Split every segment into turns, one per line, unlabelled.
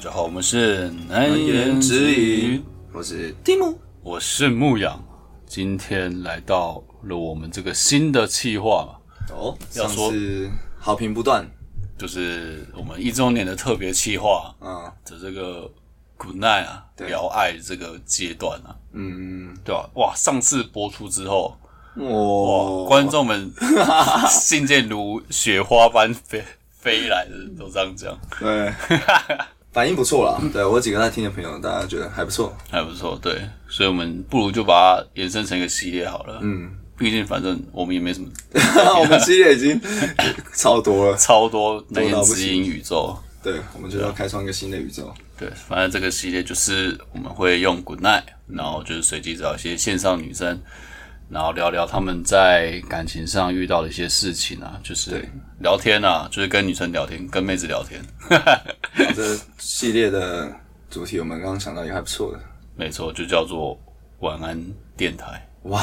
之后，我们是难
难言之
隐
隐，，我是蒂姆。
我是牧羊，今天来到了我们这个新的企划嘛，
哦，
要
上
说
次好评不断，
就是我们一周年的特别企划
嗯
的这个 Good Night 啊，
对
聊爱这个阶段啊，
嗯，
对吧、哇，上次播出之后，哇，
哇
观众们 信件如雪花般飞飞来的，都这样讲，
对 反应不错啦。对我有几个在听的朋友，大家觉得还不错。
还不错，对，所以我们不如就把它延伸成一个系列好了，
嗯，
毕竟反正我们也没什么
我们系列已经 超多了，
超多难言
到不
之隐宇宙。
对，我们就要开创一个新的宇宙。
对，反正这个系列就是我们会用 Good Night，然后就是随机找一些线上女生，然后聊聊她们在感情上遇到的一些事情啊，就是
对
聊天啊，就是跟女生聊天，跟妹子聊天。
然后这系列的主题，我们刚刚想到一个还不错的，
没错，就叫做晚安电台，
哇，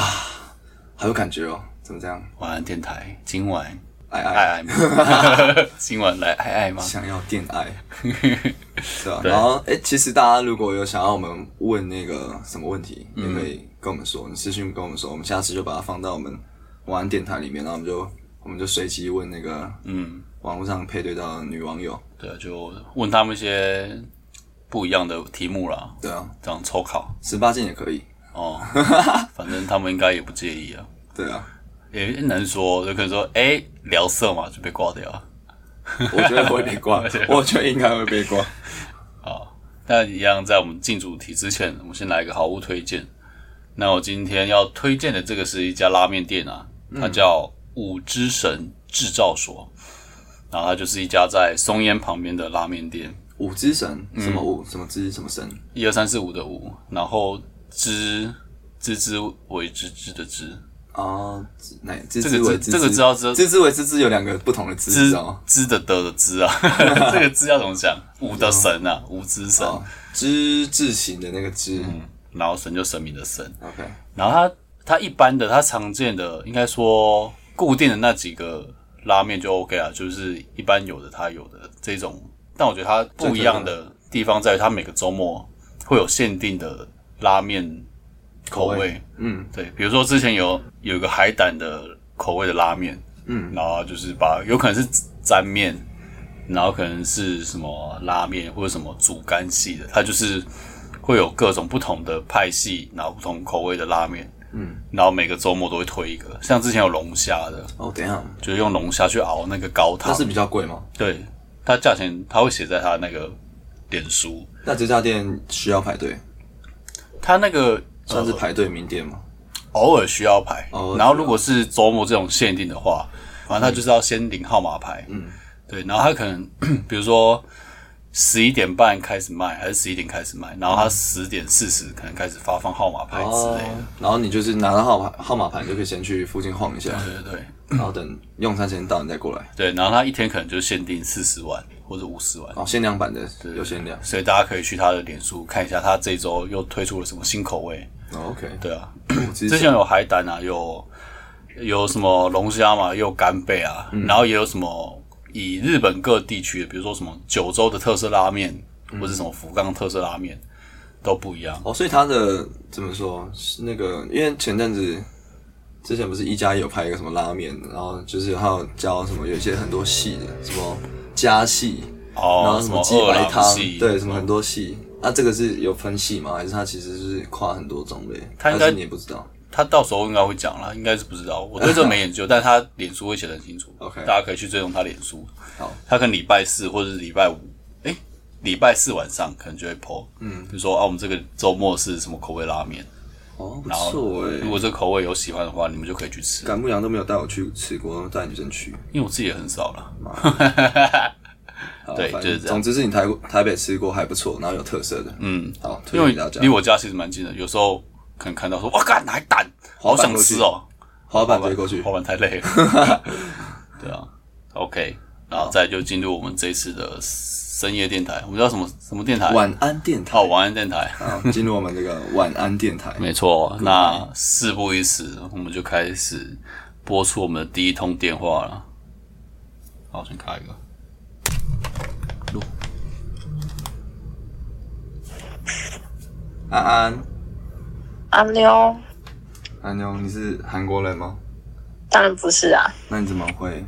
好有感觉哦。怎么这样？
晚安电台，今晚
爱
爱
爱
爱吗？ 今晚来爱爱吗？
想要恋爱， 对吧？然后，哎、其实大家如果有想要我们问那个什么问题，也可以跟我们说，你私信跟我们说，我们下次就把它放到我们晚安电台里面，然后我们就我们就随机问那个
嗯，
网络上配对到的女网友，
对，啊就问他们一些不一样的题目啦，
对啊，
这样抽考
十八禁也可以，
哦， 反正他们应该也不介意啊。
对 啊，
也很难说，就可能说，哎、聊色嘛，就被挂掉啊了
我觉得会被 挂，我觉得应该会被挂。
啊。但一样，在我们进主题之前，我们先来一个好物推荐。那我今天要推荐的这个是一家拉面店啊，
嗯
它叫五之神制造所，然后它就是一家在松烟旁边的拉面店，
五之神，什么五，什么之，什么神？
一二三四五的五，然后之之之为之之的之，
啊，那这
这个知这个知道知道
知之为知之有两个不同的知，知
之
道吗？
之的的的之啊， 这个之要怎么讲？五的神啊，五之神，
哦，知字形的那个知
然后神就神明的神。
，OK，
然后它它一般的它常见的应该说固定的那几个拉面就 OK 啊，就是一般有的它有的这种，但我觉得它不一样的地方在于它每个周末会有限定的拉面口味，
口味嗯
对，比如说之前有有一个海胆的口味的拉面，
嗯，
然后就是把有可能是沾面。然后可能是什么拉面或者什么煮干系的，它就是会有各种不同的派系，然后不同口味的拉面，
嗯，
然后每个周末都会推一个，像之前有龙虾的，
哦，等一下，
就是用龙虾去熬那个高
它
汤，
是比较贵吗？
对，它价钱它会写在它那个脸书，
那这家店需要排队，
它那个
算是排队名店吗？
偶尔需要排
偶尔需，要
然后如果哦是啊周末这种限定的话，反正他就是要先领号码牌，嗯，对，然后他可能 比如说十一点半开始卖，还是十一点开始卖，然后他十点四十可能开始发放号码牌之类的，
哦然后你就是拿到号码号码牌，你就可以先去附近晃一下，
对对对
然后等用餐时间到你再过来。
对，然后他一天可能就限定四十万或者五十万，
哦，限量版的有限量。
所以大家可以去他的脸书看一下，他这一周又推出了什么新口味，
哦，OK，
对啊，
我之
之前有海胆啊，有有什么龙虾嘛，也有干贝啊，
嗯
然后也有什么以日本各地区的，比如说什么九州的特色拉面，
嗯
或者什么福冈特色拉面，都不一样。
哦，所以它的怎么说？是那个，因为前阵子之前不是一加一有拍一个什么拉面，然后就是还有教什么，有一些很多系的，什么加系，然
哦
后，什么
么
鸡
二
白
郎
汤，
系，
对，什么很多系。那、这个是有分系吗？还是它其实是跨很多种类？
它
还
应
是
该
你也不知道。
他到时候应该会讲啦，应该是不知道，我对这没 研究，但他脸书会写得很清楚
OK
大家可以去追踪他脸书。
好，
他可能礼拜四或者是礼拜五，哎、礼拜四晚上可能就会 PO，嗯，就说啊，我们这个周末是什么口味拉面，
哦，不
然后
错哎、
如果这个口味有喜欢的话，你们就可以去吃，
赶牧羊都没有带我去吃过，带女生去。
因为我自己也很少了。
好
对
反
就
正
是这样
总之是你台台北吃过还不错，然后有特色的。嗯，好，推
因
荐
为
给大家
离。我家其实蛮近的，有时候可能看到说，哇，干海胆，好想吃哦，
滑板
滑板
直接过去
滑。板太累 了。对啊，OK，然后再就进入我们这一次的深夜电台，我们叫什么什么电台？
晚安啊电台
哦，，晚安电台。
好，进入我们这个晚安电台。
没错，那事不宜迟，我们就开始拨出我们的第一通电话了。好，先开一个。录。
安安，
安妞，
安妞，你是韩国人吗？
当然不是啊，
那你怎么会？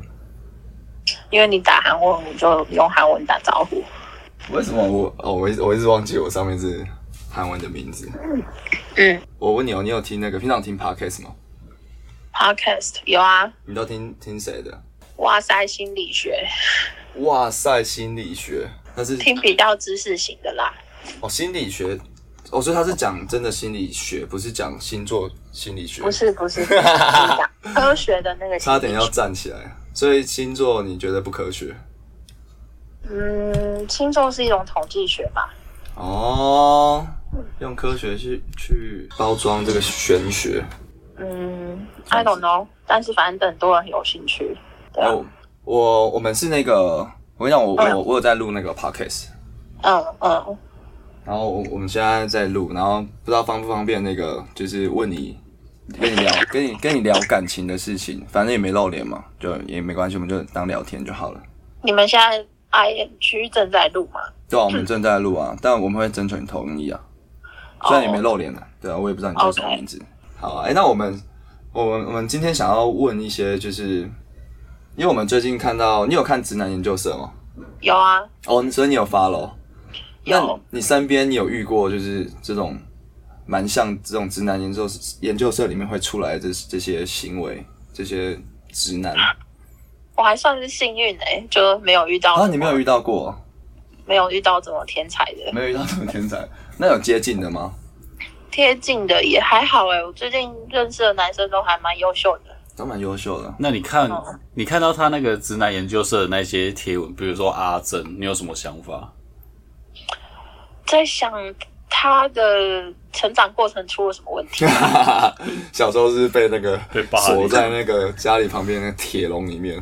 因为你打韩文，我就用韩文打招呼。
为什么我哦，我一直我一直忘记我上面是韩文的名字。
嗯
我问你哦，你有听那个平常听 podcast 吗？
，Podcast 有啊，
你都听听谁的？
哇塞心理学，
哇塞，心理学，那是
听比较知识型的啦。
哦，心理学，哦，所以他是讲真的心理学，不是讲星座心理学。
不是 不是，不是讲科学的那个心
差
理学。
点要站起来。所以星座你觉得不科学？
嗯，轻重是一种统计学吧？
哦，用科学去去包装这个玄学。
嗯，I don't know，但是反正很多人有兴趣。对啊
哦，我我们是那个，我跟你讲，我我我有在录那个 podcast，
嗯嗯，
然后我我们现在在录，然后不知道方不方便那个，就是问你。跟你聊，跟你跟你聊感情的事情，反正也没露脸嘛，就也没关系，我们就当聊天就好了。
你们现在 I N 区正在录吗？
对啊，我们正在录啊，但我们会征求你同意啊。虽然你
哦
没露脸了，对啊，我也不知道你叫什么名字。好啊，哎、那我们我们我们今天想要问一些，就是因为我们最近看到你有看《直男研究社》吗？
有啊，
哦，所以你有 follow。那
有。
你身边你有遇过就是这种蛮像这种直男研究研究社里面会出来的这这些行为，这些直男
啊我还算是幸运哎、就没有遇到
啊，
什么
你没有遇到过，
没有遇到怎么天才的，
没有遇到这种天才，那有接近的吗？
贴近的也还好哎、我最近认识的男生都还蛮优秀的。
都蛮优秀的。
那你看
哦，
你看到他那个直男研究社的那些贴文，比如说阿珍，你有什么想法？
在想他的成长过程出了什么问 题？
哈哈哈， 小时候是被那个
被霸凌
锁在那个家里旁边那个铁笼里面，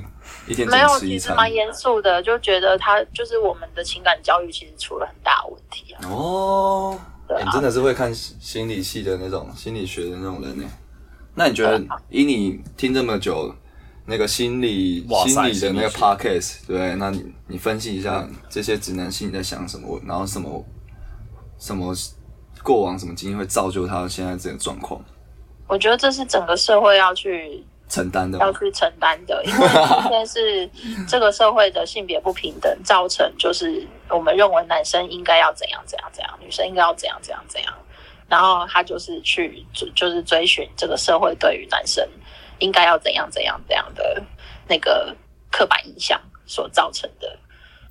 一天只
没
能
有，
吃
其
一
实
餐。
蛮严肃的，就觉得他就是我们的情感教育其实出了很大的问题啊。
哦，
对
欸
啊
你真的是会看心理系的那种心理学的那种人呢。那你觉得
啊
以你听这么久那个心理
哇
心
塞
理的那
心
个
理学
podcast，对不对，那你你分析一下这些直男心里在想什么，然后什么什么过往什么经验会造就他现在这个状况，
我觉得这是整个社会要去
承担的吗
要去承担的，因为今天是这个社会的性别不平等造成，就是我们认为男生应该要怎样怎样怎样，女生应该要怎样怎样怎样，然后他就是去就就是追寻这个社会对于男生应该要怎样怎样怎样的那个刻板印象所造成的。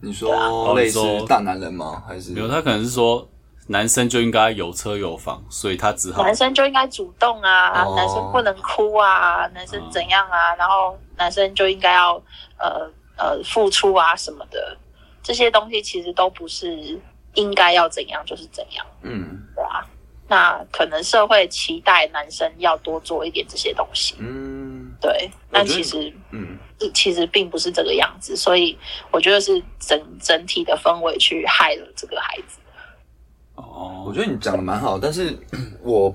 你
啊
说类似
哦你说
大男人吗？还是
没有，他可能是说男生就应该有车有房，所以他只好
男生就应该主动啊，
哦嗯
男生不能哭啊，男生怎样啊，然后男生就应该要呃呃付出啊什么的，这些东西其实都不是应该要怎样就是怎样，
嗯
对吧、那可能社会期待男生要多做一点这些东西，
嗯
对，
我觉得
但其实
嗯，
其实并不是这个样子，所以我觉得是整整体的氛围去害了这个孩子。
我
哦，
觉得你讲的蛮好，但是 我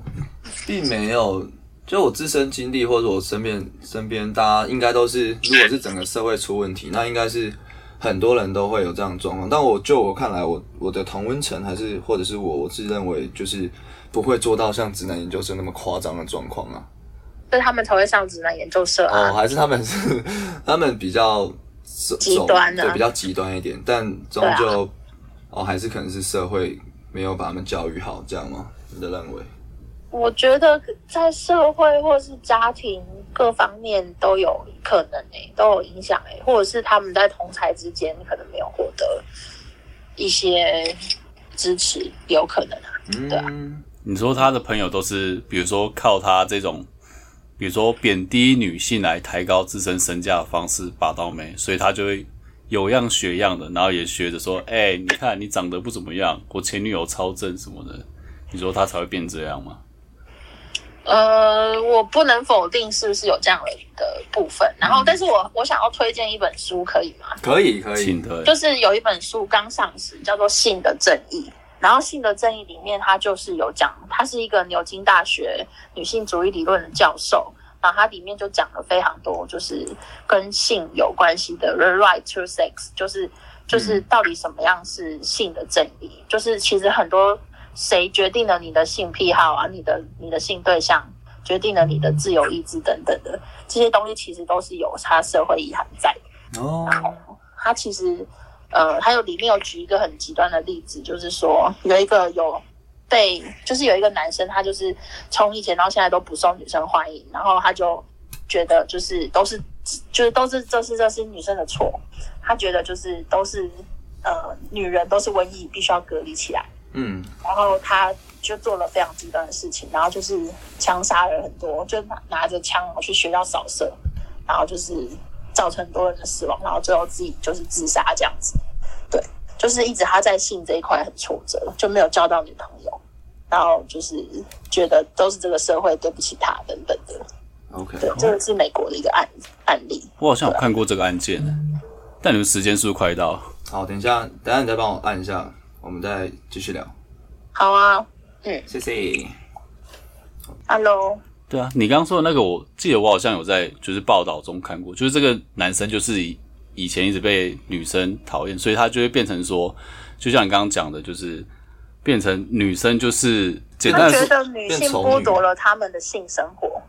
并没有，就我自身经历或者我身边身边大家应该都是，如果是整个社会出问题，那应该是很多人都会有这样的状况。但我就我看来，我我的同温层还是或者是我我自认为就是不会做到像直男研究生那么夸张的状况啊。
所以他们才会上直男研究社啊，
哦，还是他们是他们比较走
极端啊
走对，比较极端一点，但终究、哦，还是可能是社会没有把他们教育好，这样吗？你的认为？
我觉得在社会或是家庭各方面都有可能诶、都有影响诶、或者是他们在同才之间可能没有获得一些支持，有可能啊。对啊
嗯，
你说他的朋友都是，比如说靠他这种，比如说贬低女性来抬高自身身价的方式把到妹，所以他就会有样学样的，然后也学着说，哎、你看你长得不怎么样，我前女友超正什么的，你说他才会变这样吗？
呃，我不能否定是不是有这样的部分，然后，但是我我想要推荐一本书，可以吗？
可以可
哎
以
请，的
就是有一本书刚上市，叫做《性的正义》。然后《性的正义》里面，它就是有讲，它是一个牛津大学女性主义理论的教授，然后它里面就讲了非常多，就是跟性有关系的 the right to sex，就是就是到底什么样是性的正义，就是其实很多谁决定了你的性癖好啊，你的你的性对象，决定了你的自由意志等等的这些东西，其实都是有它社会遗憾在的。
哦，
然后它其实呃，还有里面有举一个很极端的例子，就是说有一个有被，就是有一个男生，他就是从以前到现在都不受女生欢迎，然后他就觉得就是都是就是都是这是这是女生的错，他觉得就是都是呃女人都是瘟疫，必须要隔离起来。
嗯，
然后他就做了非常极端的事情，然后就是枪杀了很多，就拿拿着枪去学校扫射，然后就是造成很多人的死亡，然后最后自己就是自杀这样子。对，就是一直他在性这一块很挫折，就没有交到女朋友，然后就是觉得都是这个社会对不起他等等的。
，OK，
对，这个是美国的一个案案例。
我好像有看过这个案件，但你们时间是不是快到？
好，等一下，等一下你再帮我按一下，我们再继续聊，
好啊
谢谢。
，Hello，
对啊，你刚刚说的那个，我记得我好像有在就是报道中看过，就是这个男生就是以以前一直被女生讨厌，所以他就会变成说，就像你刚刚讲的，就是变成女生哎就是简
他
单的
觉
说，
得女性剥夺了他们的性生活。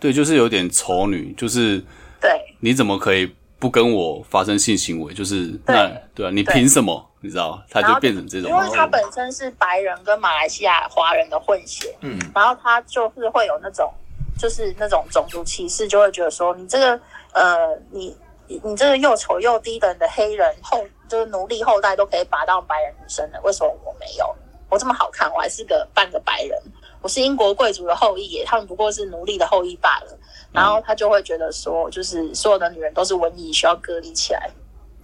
对，就是有点丑女，就是
对，
你怎么可以不跟我发生性行为？就是那对啊，你
对
凭什么？你知道，他
然
就
后
变成这种哦
因。为他本身是白人跟马来西亚华人的混血，
嗯，
然后他就是会有那种就是那种种族歧视，就会觉得说你这个呃你你你这个又丑又低等的黑人后就是奴隶后代都可以拔到白人女生了，为什么我没有？我这么好看，我还是个半个白人，我是英国贵族的后裔耶，他们不过是奴隶的后裔罢了。然
嗯
后他就会觉得说，就是所有的女人都是瘟疫，需要隔离起来。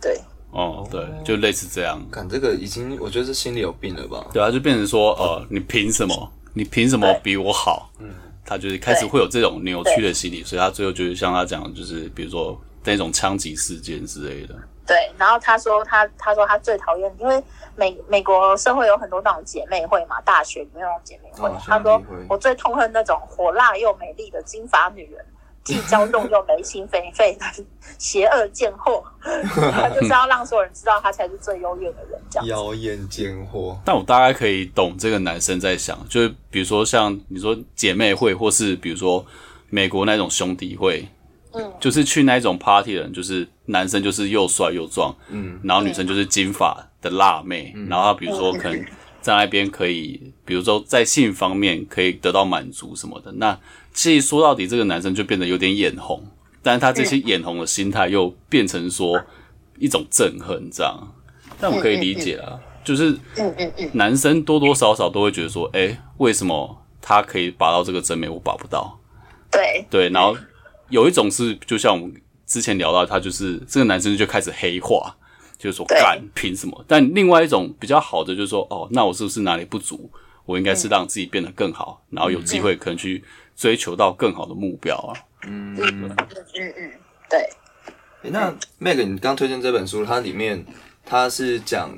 对，
哦，对，就类似这样。
看这个已经，我觉得是心里有病了吧？
对啊，就变成说，呃，你凭什么？你凭什么比我好？嗯，他就是开始
对
会有这种扭曲的心理，所以他最后就是像他讲的，就是比如说那种枪击事件之类的。
对，然后他说他他说他最讨厌，因为美美国社会有很多那种姐妹会嘛，大学里面那种姐妹会。
哦
他说
姐妹会
我最痛恨那种火辣又美丽的金发女人，既骄纵又没心没肺的邪恶贱货。 他就是要让所有人知道他才是最优越的人，这 样子。
妖艳贱货，
但我大概可以懂这个男生在想，就是比如说像你说姐妹会，或是比如说美国那种兄弟会，
嗯，
就是去那种 party 的人，就是男生就是又帅又壮，
嗯，
然后女生就是金发的辣妹，然后她比如说可能在那边可以，比如说在性方面可以得到满足什么的。那其实说到底，这个男生就变得有点眼红，但是他这些眼红的心态又变成说一种憎恨这样，但我可以理解啦，就是
嗯嗯嗯，
男生多多少少都会觉得说，哎、为什么他可以拔到这个真美，我拔不到？
对
对，然后有一种是，就像我们之前聊到，他就是这个男生就开始黑化，就是说
对
干凭什么？但另外一种比较好的就是说，哦，那我是不是哪里不足？我应该
嗯
是让自己变得更好，然后有机会可能去追求到更好的目标啊。
嗯，
嗯嗯对，
诶那 Meg，你刚推荐这本书，它里面它是讲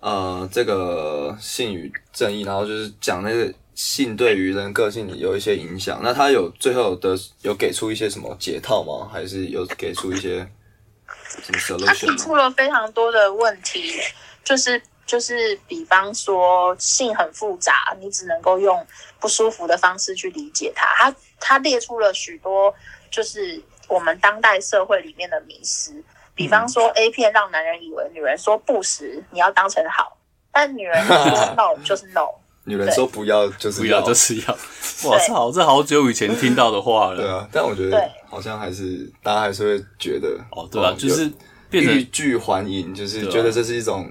呃这个性与正义，然后就是讲那个性对于人个性有一些影响。那它有最后有得有给出一些什么解套吗？还是有给出一些什么
他提
solution
出
吗？
了非常多的问题，就是就是，比方说性很复杂，你只能够用不舒服的方式去理解它。他他列出了许多就是我们当代社会里面的迷失，比
嗯
方说 A 片让男人以为女人说不时你要当成好，但女 人说 no 就是 no。
女人说不要就是 哦
不要就是要， 哇，这好，这好久以前听到的话了。
对啊，但我觉得
对
好像还是大家还是会觉得
哦，对啊，
嗯
就
有
是变
欲
成
拒还迎，就是
对啊
觉得这是一种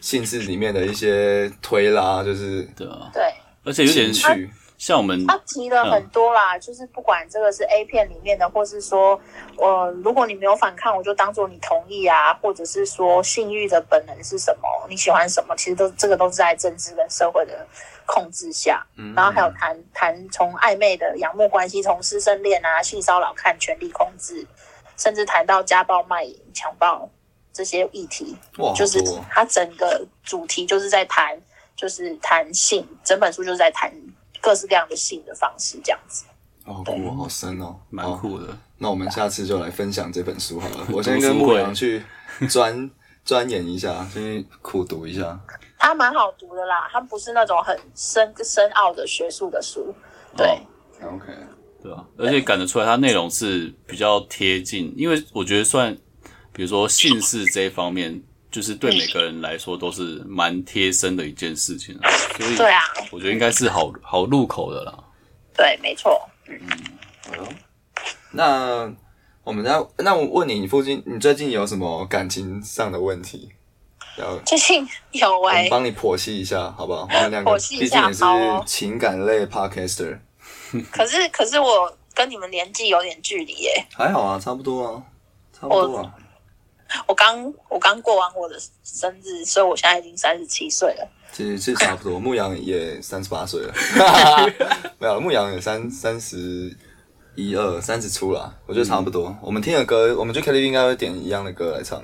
性质里面的一些推拉，就是
对啊，
对，
而且有点
情绪。
像我们
他提了很多啦，就是不管这个是 A 片里面的，或是说，呃，如果你没有反抗，我就当做你同意啊，或者是说性欲的本能是什么，你喜欢什么，其实都这个都是在政治跟社会的控制下。
嗯
然后还有谈谈从暧昧的仰慕关系，从师生恋啊、性骚扰看权力控制，甚至谈到家暴、卖淫、强暴这些议题，
哇，
就
好
是
哦多
它整个主题就是在谈，就是谈性，整本书就是在谈各式各样的性的方式，这样子。
哦，好酷哦，好深哦，
蛮
好。
酷的，
那我们下次就来分享这本书好了。我先
读
跟
书
牧
会
羊去钻钻研一下，先去苦读一下。
它蛮好读的啦，它不是那种很深深奥的学术的书，对。
哦
OK，
对啊，而且感得出来，它内容是比较贴近，因为我觉得算，比如说姓氏这一方面，就是对每个人来说都是蛮贴身的一件事情啊，所以
对啊，
我觉得应该是好好入口的啦。
对，没错。
好哟。那我们那那我问你，你附近你最近有什么感情上的问题？要我
最近有哎、
们帮你剖析一下，好不好？我们两个
剖析一
毕
下
竟也是
好哦
情感类 podcaster，
可是可是我跟你们年纪有点距离耶、
还好啊，差不多啊，差不多啊。
我刚我刚过完我的生日，所以我现在已经三十七岁了。
其实是差 不多，牧羊也三十八岁了，没有，牧羊也三三十一二三十出了，我觉得差不多。我们听的歌，我们去 KTV 应该会点一样的歌来唱。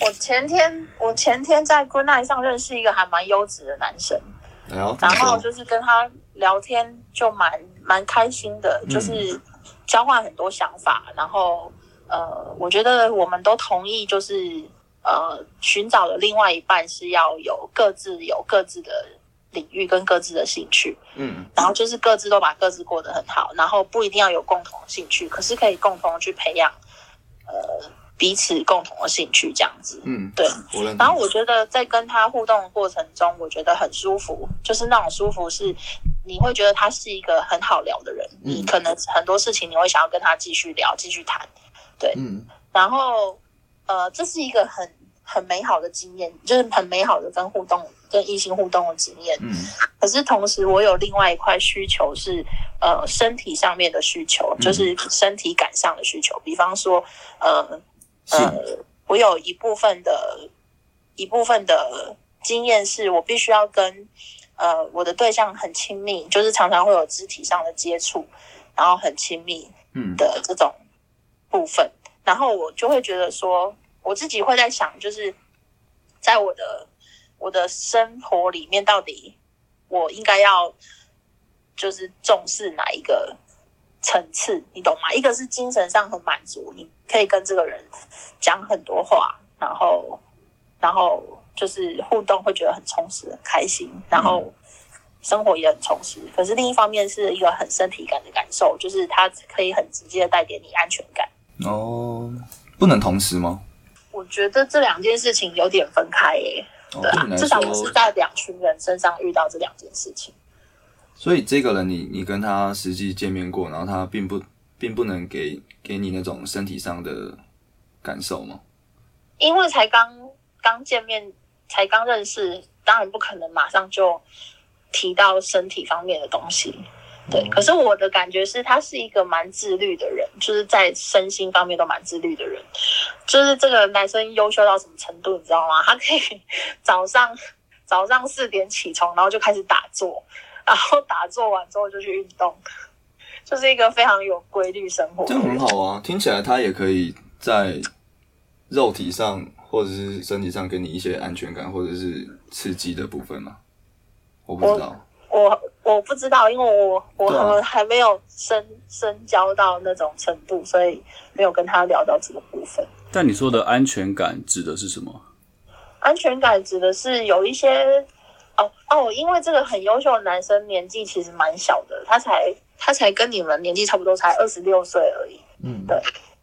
我前天我前天在 Good Night 上认识一个还蛮优质的男生，
然后，嗯
然后就是跟他聊天就蛮蛮开心的，就是交换很多想法，然后呃，我觉得我们都同意，就是呃，寻找的另外一半是要有各自有各自的领域跟各自的兴趣，
嗯，
然后就是各自都把各自过得很好，然后不一定要有共同的兴趣，可是可以共同去培养呃彼此共同的兴趣这样子，
嗯，
对。
我认
然
同
后。我觉得在跟他互动的过程中，我觉得很舒服，就是那种舒服是你会觉得他是一个很好聊的人，你可能很多事情你会想要跟他继续聊、继续谈。
嗯，
然后，呃，这是一个很很美好的经验，就是很美好的跟互动、跟异性互动的经验。
嗯
可是同时，我有另外一块需求是，呃，身体上面的需求，就是身体感上的需求。比方说，呃呃，我有一部分的一部分的经验是我必须要跟呃我的对象很亲密，就是常常会有肢体上的接触，然后很亲密
嗯
的这种部分。然后我就会觉得说，我自己会在想，就是在我的我的生活里面，到底我应该要就是重视哪一个层次，你懂吗？一个是精神上很满足，你可以跟这个人讲很多话，然后然后就是互动会觉得很充实、很开心，然后
嗯
生活也很充实。可是另一方面是一个很身体感的感受，就是它可以很直接的带给你安全感。
哦，不能同时吗？
我觉得这两件事情有点分开耶、
哦
对啊
对你，来
至少我是
说，
在两群人身上遇到这两件事情。
所以这个人你你跟他实际见面过，然后他并不并不能给给你那种身体上的感受吗？
因为才刚刚见面，才刚认识，当然不可能马上就提到身体方面的东西。对，可是我的感觉是，他是一个蛮自律的人，就是在身心方面都蛮自律的人。就是这个男生优秀到什么程度，你知道吗？他可以 早上早上四点起床，然后就开始打坐，然后打坐完之后就去运动，就是一个非常有规律生活
这
的
样
人。
很好啊，听起来他也可以在肉体上或者是身体上给你一些安全感或者是刺激的部分嘛。我不知道，
我我不知道，因为我我
对啊
还还没有深深交到那种程度，所以没有跟他聊到这个部分。
但你说的安全感指的是什么？
安全感指的是有一些哦哦，因为这个很优秀的男生年纪其实蛮小的，他才他才跟你们年纪差不多，才二十六岁而已。
嗯
对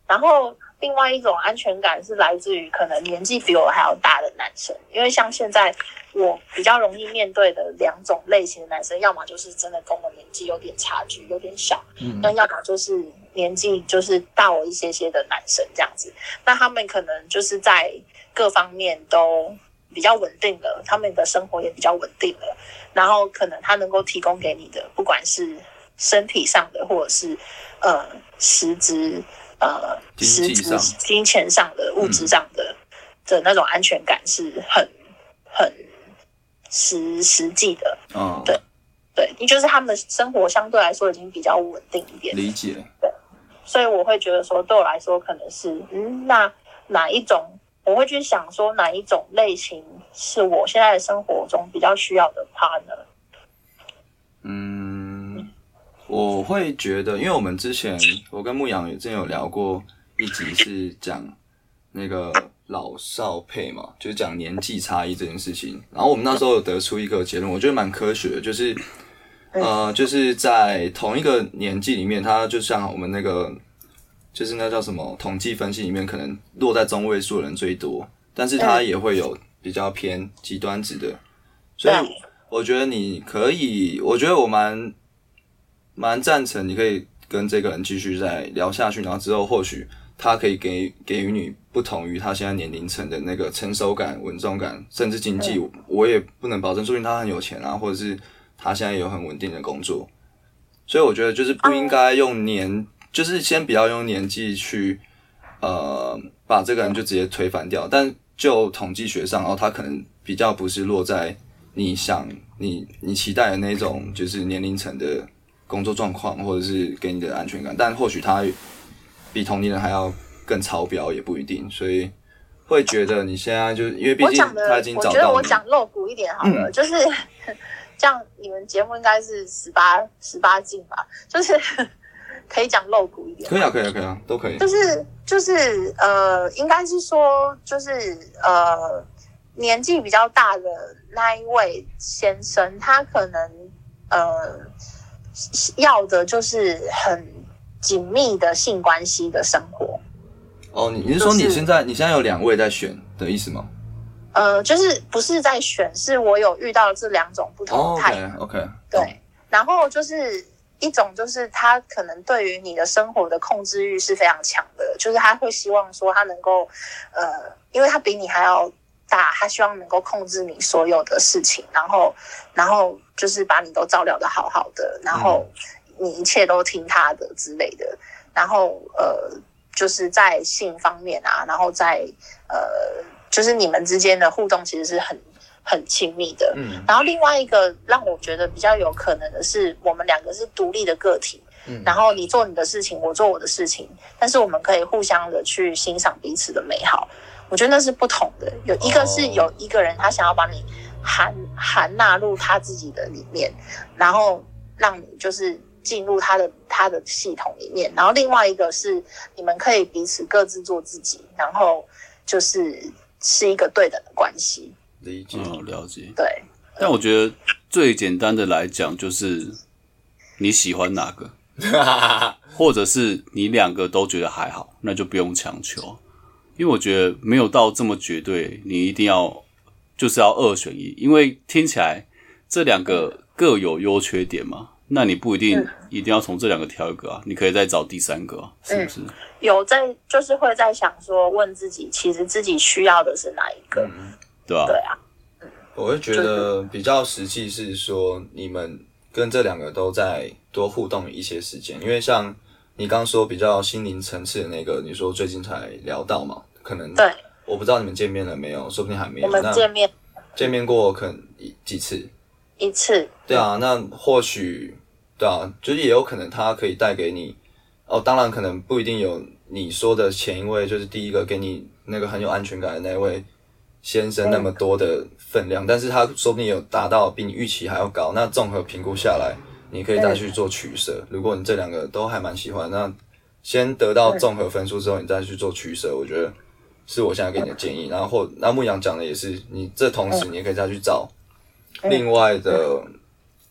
然后另外一种安全感是来自于可能年纪比我还要大的男生，因为像现在我比较容易面对的两种类型的男生，要么就是真的跟我年纪有点差距，有点小，
嗯
那要么就是年纪就是大我一些些的男生这样子，那他们可能就是在各方面都比较稳定了，他们的生活也比较稳定了，然后可能他能够提供给你的，不管是身体上的或者是呃实质呃
经
实
济
质
上嗯
金钱上的物质上的、的那种安全感是很很实实际的，
嗯，
对对，就是他们的生活相对来说已经比较稳定一点，
理解。
所以我会觉得说，对我来说可能是，嗯，那哪一种，我会去想说哪一种类型是我现在的生活中比较需要的 partner。
嗯，我会觉得，因为我们之前我跟牧羊也之前有聊过一集是讲那个老少配嘛，就是讲年纪差异这件事情。然后我们那时候有得出一个结论，我觉得蛮科学的，就是呃，就是在同一个年纪里面，它就像我们那个就是那叫什么统计分析里面，可能落在中位数的人最多，但是它也会有比较偏极端值的。所以
啊
我觉得你可以，我觉得我蛮蛮赞成，你可以跟这个人继续再聊下去，然后之后或许。他可以给给予你不同于他现在年龄层的那个成熟感、稳重感，甚至经济，我也不能保证，说明他很有钱啊，或者是他现在有很稳定的工作。所以我觉得就是不应该用
哦
年，就是先不要用年纪去呃把这个人就直接推翻掉。但就统计学上，哦，他可能比较不是落在你想你你期待的那种，就是年龄层的工作状况，或者是给你的安全感。但或许他。比同龄人还要更超标也不一定，所以会觉得你现在就因为毕
我
竟
讲
他
的
已经，
我
找
觉得
到
我
你，嗯
讲露骨一点好了，就是 这样。你们节目应该是十八十八禁吧？就是 可以讲露骨一点
可。以啊，可以啊，可以啊，都可以。
就是就是呃，应该是说就是呃，年纪比较大的那一位先生，他可能呃要的就是很紧密的性关系的生活。
哦，你你是说你
就是
现在你现在有两位在选的意思吗？
呃，就是不是在选，是我有遇到这两种不同
哦
的态
，OK OK，
对，然后就是一种就是他可能对于你的生活的控制欲是非常强的，就是他会希望说他能够，呃，因为他比你还要大，他希望能够控制你所有的事情，然后然后就是把你都照料的好好的，然后你一切都听他的之类的，然后呃，就是在性方面啊，然后在呃，就是你们之间的互动其实是很很亲密的，
嗯
然后另外一个让我觉得比较有可能的是，我们两个是独立的个体，
嗯
然后你做你的事情，我做我的事情，但是我们可以互相的去欣赏彼此的美好。我觉得那是不同的，有一个是
哦
有一个人他想要把你含含纳入他自己的里面，然后让你就是进入他的他的系统里面，然后另外一个是你们可以彼此各自做自己，然后就是是一个对等的关系，
理解。
嗯，了解。
对。
但我觉得最简单的来讲，就是你喜欢哪个，或者是你两个都觉得还好，那就不用强求，因为我觉得没有到这么绝对，你一定要就是要二选一，因为听起来这两个各有优缺点嘛，那你不一定一定要从这两个挑一个啊，你可以再找第三个、啊，是不是？
有在，就是会在想说，问自己，其实自己需要的是哪一个？
对吧、
对啊，
我会觉得比较实际是说，你们跟这两个都在多互动一些时间，因为像你刚说比较心灵层次的那个，你说最近才聊到嘛，可能
对，
我不知道你们见面了没有，说不定还没有。
我们
那
见面
见面过可能一几次？
一次，
对啊，那或许对啊，就是也有可能他可以带给你哦，当然可能不一定有你说的前一位，就是第一个给你那个很有安全感的那位先生那么多的分量，但是他说不定有达到比你预期还要高。那综合评估下来，你可以再去做取舍。如果你这两个都还蛮喜欢，那先得到综合分数之后，你再去做取舍，我觉得是我现在给你的建议。然后或那牧羊讲的也是，你这同时你也可以再去找另外的，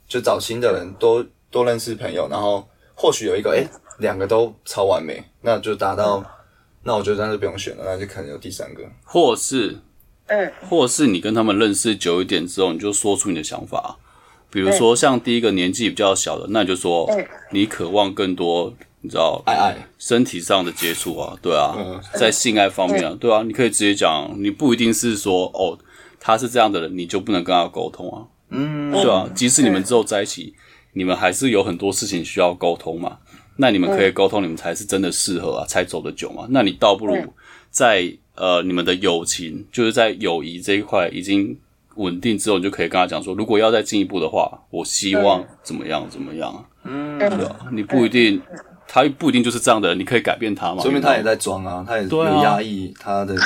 就找新的人，多多认识朋友，然后或许有一个哎，两、个都超完美，那就达
嗯
到。那我觉得那就不用选了，那就可能有第三个。
或是
嗯，
或是你跟他们认识久一点之后，你就说出你的想法。比如说，像第一个年纪比较小的，那你就说
嗯
你渴望更多，你知道
爱爱，
身体上的接触啊，对啊
嗯，
在性爱方面啊，对啊，你可以直接讲，你不一定是说哦，他是这样的人，你就不能跟他沟通啊，
嗯，
对啊，即使你们之后在一起，你们还是有很多事情需要沟通嘛。那你们可以沟通，你们才是真的适合啊，才走得久嘛。那你倒不如
嗯
在呃你们的友情，就是在友谊这一块已经稳定之后，你就可以跟他讲说，如果要再进一步的话，我希望怎么样怎么样啊，对
嗯，
啊，你不一定，他不一定就是这样的人，你可以改变他嘛。
说明他也
你知道吗
在装啊，他也
对
有
啊
压抑他的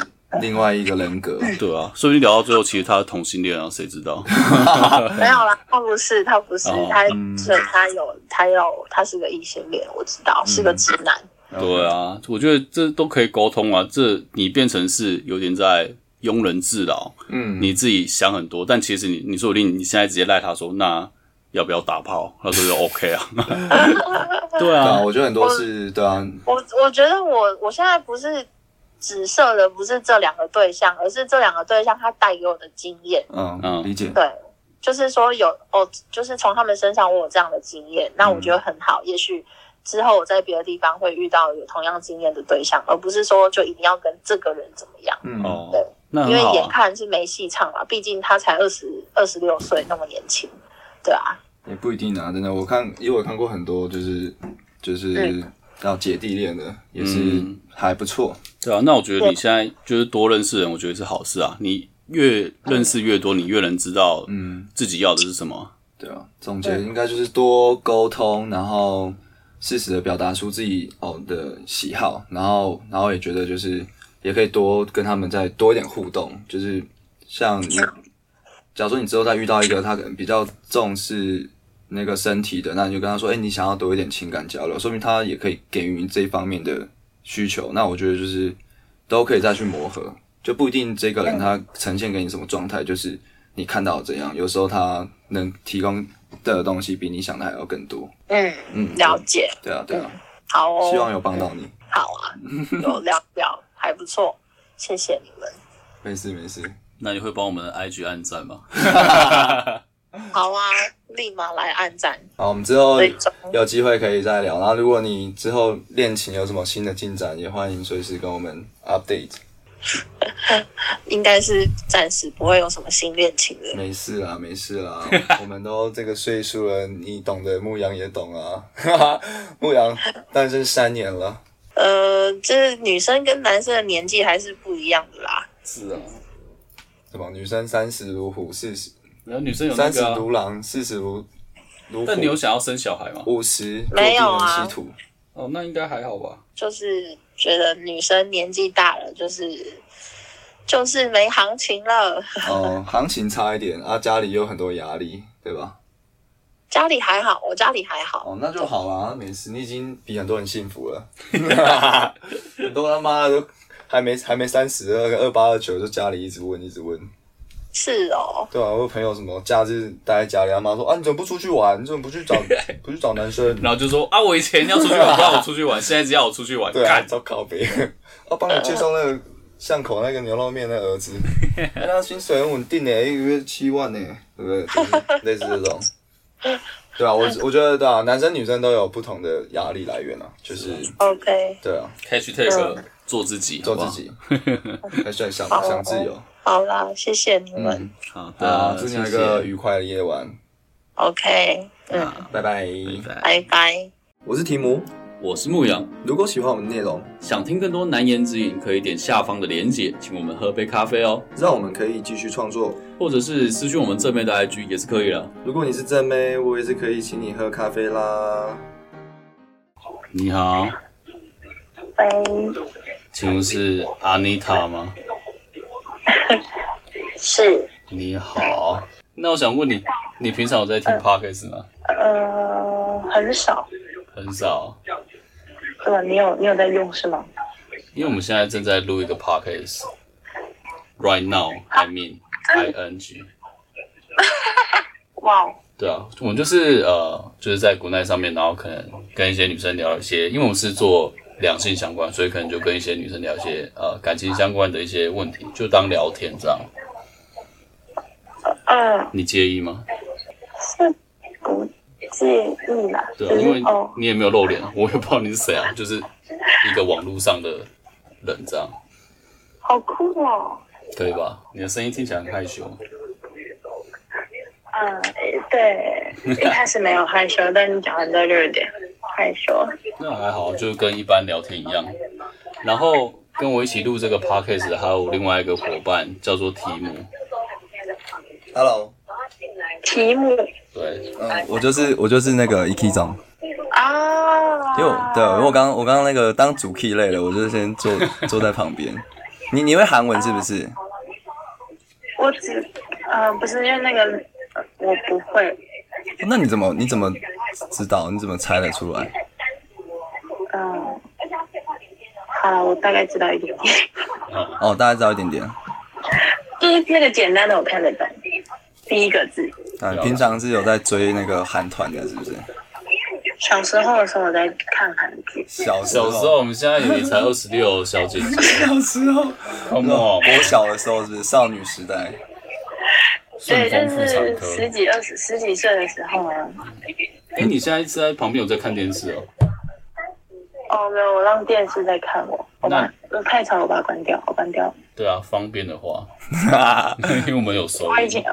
另外一个人格。
对啊，说不定聊到最后，其实他是同性恋啊，谁知 道？
没有啦，他不是，他不是
哦，
他是他有，他有，他是个异性恋，我知道，是个直男，
哦
对啊，我觉得这都可以沟通啊。这你变成是有点在庸人自扰，
嗯，
你自己想很多，但其实你你说不定你现在直接赖他说那要不要打炮，他说就 OK 啊。 对
对啊，
啊，
我觉得很多是对啊，
我我觉得我我现在不是只设的不是这两个对象，而是这两个对象他带给我的经验。
嗯，
嗯
理解，
对，就是说有哦，就是从他们身上我有这样的经验，那我觉
嗯
得很好。也许之后我在别的地方会遇到有同样经验的对象，而不是说就一定要跟这个人怎么样，
嗯，
哦
对，
那很
因为
好
眼
啊。
看是没戏唱嘛，毕竟他才二十二十六岁，那么年轻，对啊，
也不一定啊，真的，我看因为我看过很多就是就是要姐弟恋的，也是
嗯
还不错，
对啊，那我觉得你现在就是多认识人，我觉得是好事啊。你越认识越多，你越能知道
嗯，
自己要的是什么。
对啊，总结应该就是多沟通，然后适时的表达出自己哦的喜好，然后然后也觉得就是也可以多跟他们再多一点互动，就是像你，假如说你之后再遇到一个他可能比较重视那个身体的，那你就跟他说，哎、你想要多一点情感交流，说明他也可以给予你这一方面的需求。那我觉得就是都可以再去磨合，就不一定这个人他呈现给你什么状态，就是你看到怎样，有时候他能提供的东西比你想的还要更多。
嗯，
嗯，
了解，
对啊，对啊，
好哦，
希望有帮到你。
好啊，有 聊聊，还不错，谢谢你们。
没事没事，
那你会帮我们的 IG 按赞吗？
好啊，立马来按赞
好，我们之
嗯
后
追踪。
有机会可以再聊。然后，如果你之后恋情有什么新的进展，也欢迎随时跟我们 update。
应该是暂时不会有什么新恋情的。
没事啦，没事 啦，我们都这个岁数了，你懂的，牧羊也懂啊。 牧羊单身三年了，
呃，就是女生跟男生的年纪还是不一样的啦。
是啊，
什么女生三十如虎，四十
然后女生有那
三十
个啊、
如狼，四十如如虎
但你，有想要生小孩吗？
五十
没有
做
啊
地能吸土
哦，那应该还好吧。
就是觉得女生年纪大了，就是就是没行情了。
哦，行情差一点啊，家里有很多压力，对吧？
家里还好，我家里还好。
哦，那就好啦，那没事，你已经比很多人幸福 了。很多他妈的都还没还没三十，二二八二九就家里一直问一直问，
是哦，
对啊，我有朋友什么假日待在家里，他妈说啊，你怎么不出去玩？你怎么不 去找不去找男生？
然后就说啊，我以前要出去玩，不让我出去玩，现在只要我出去玩，
对啊，
干
找靠别。我帮你介绍那个巷口那个牛肉面的儿子，哎他薪水很稳定呢，一个月七万呢，对不对？就是类似这种。 对啊，我我觉得对啊，男生女生都有不同的压力来源啊，就是
，OK，
对啊。
hashtag 做自己，
做
好不好
自。己，还是很想
好
想自由。
好啦，谢谢你们。
嗯，
好
好，
的，
祝你有
谢
一
谢
个愉快的夜晚，
OK，嗯，
啊
拜拜。
拜拜。
拜拜。
我是提姆，
我是牧羊，
如果喜欢我们的内容，
想听更多难言之隐，可以点下方的连结，请我们喝杯咖啡哦，
让我们可以继续创作。
或者是私讯我们正面的 IG 也是可以了。
如果你是正妹，我也是可以请你喝咖啡啦。
你好，
拜。
请问是 Anita 吗？
是，
你好，那我想问你，你平常有在听 Podcast 吗？
呃，很少。
很少，
对吧？你有你有在用是吗？
因为我们现在正在录一个 Podcast，right now，I mean，I N G。
哇、哦，
对啊，我们就是呃，就是在国内上面，然后可能跟一些女生聊一些，因为我们是做两性相关，所以可能就跟一些女生聊一些呃感情相关的一些问题，就当聊天这样。
嗯、
你介意吗？
是不介意啦，
对啊，
只是
因为
哦，
你也没有露脸啊，我也不知道你是谁啊，就是一个网络上的人这样，
好酷哦。
可以吧？你的声音听起来很害羞，
嗯，对，一开始没有害羞，但你讲完之后就有点害羞。
那还好，就跟一般聊天一样。然后跟我一起录这个 podcast 的还有另外一个伙伴叫做提姆，
Hello，
题目
对，
嗯，我就是我就是那个 EK 长，
啊，
因为我对，因为我刚我刚刚那个当主 key 累了，我就先坐 坐在旁边。你你会韩文是不是？
我只呃不是因为那个呃我不会，
那你怎么你怎么知道？你怎么猜得出来？
嗯、
好了，我大概知道一点点，
哦，大概知道一点点。
就是那个简单的我看得懂，第一个字。
但平常是有在追那个韩团的，是不是？
小时候的时候我在看韩剧，
小时
小
候，
时候，我哦们现在也 才二十六，小姐姐
小时候，
，come on，
我小的时候是不是少女时代？
对，
顺
就
丰妇产
是
科
十。几、二十、十几岁的时候啊。
哎、你现在是在旁边有在看电视哦？
哦，没有，我让电视在看我，我把我太吵了，我把它关掉，我关掉。
对啊，方便的 话，因为我们有收
我已经
音。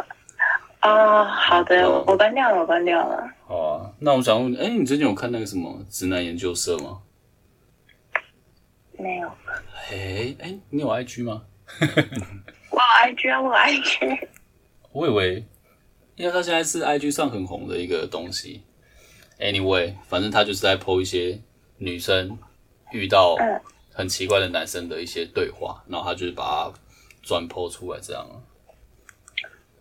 啊、好的，
哦
我关掉了，我关掉了。
好啊，那我想问，哎、你最近有看那个什么直男研究社吗？
没有，
哎、哎、你有 IG 吗？
我有 IG 啊，我有 IG。
我以为，因为他现在是 IG 上很红的一个东西。Anyway，反正他就是在 PO 一些女生遇到
嗯
很奇怪的男生的一些对话，然后他就是把它转 PO 出来这样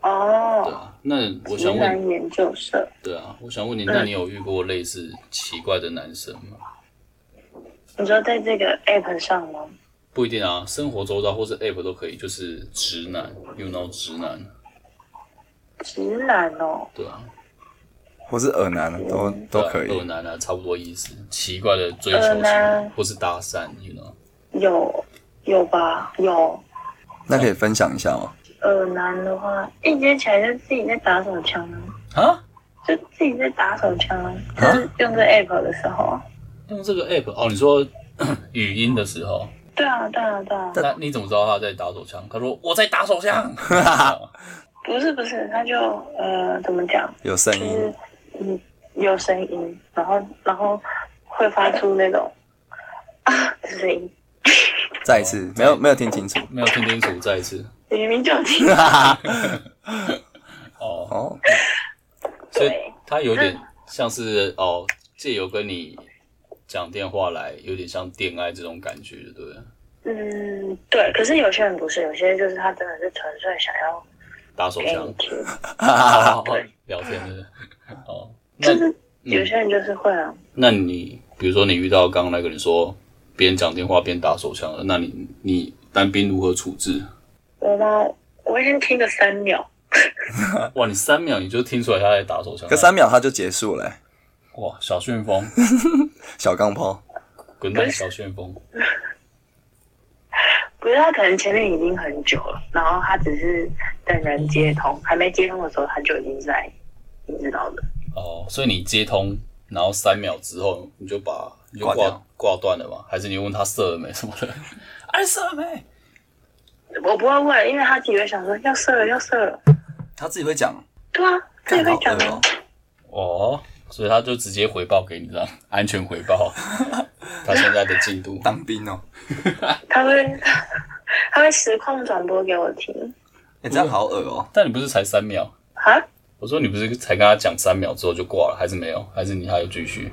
啊。对
哦，
啊，那我
直
想问，
男研究社
对啊，我想问你，
嗯
那你有遇过类似奇怪的男生吗？
你说在这个 app 上吗？
不一定啊，生活周遭或是 App 都可以，就是直男，you know 直男，
直男哦，
对啊，
或是耳男都
对
都
啊
可
恶
以。
男啊，差不多意思。奇怪的追
恶
求
男
型或是搭讪，you know。
有有吧，有。
那可以分享一下哦吗？
耳男的话，一接起来就自己在打手枪啊，
啊，
就自己在打手枪啊，就是用这 app 的时候啊。
用这个 app 哦，你说 语音的时候，
对啊，对啊，对啊。
那你怎么知道他在打手枪？他说我在打手枪，
不是不是，他就呃怎么讲，
有声
就
音
是嗯有声音，然后然后会发出那种 啊的声音，
再一次，没有没有听清楚。
没有听清楚，再一次
明明就有听。
哦，
哦，
所以
对
他有点像是哦，借由跟你讲电话来，有点像恋爱这种感觉，对不对？
嗯，对。可是有些人不是，有些就是他真的是纯粹想要
打手
给你
枪，
听，
好好好聊天的哦。那
就是有些人就是会啊。
那你比如说你遇到刚刚那个人说边讲电话边打手枪的，那你你单兵如何处置？
我吗？我已经听了三秒，
哇，你三秒你就听出来他在打手枪，
可三秒他就结束了、欸
哇，小旋风，
小钢炮，
滚蛋，小旋风，
不是他可能前面已经很久了，然后他只是等人接通，还没接通的时候他就已经在，你知道的。
哦，所以你接通，然后三秒之后你就把你就挂
挂掉
挂断了嘛？还是你问他射了没什么的？ 哎，射了没？
我不会问，因为他自己会想说要射了要射了，
他自己会讲，
对啊，自
干
己会
好
讲
恶
的
哦。。
哦，所以他就直接回报给你这样安全回报，他现在的进度。
当兵哦，
他会 他会实况转播给我听
哎、这样好恶哦、
但你不是才三秒？
啊，
我说你不是才跟他讲三秒之后就挂了，还是没有？还是你还有继续？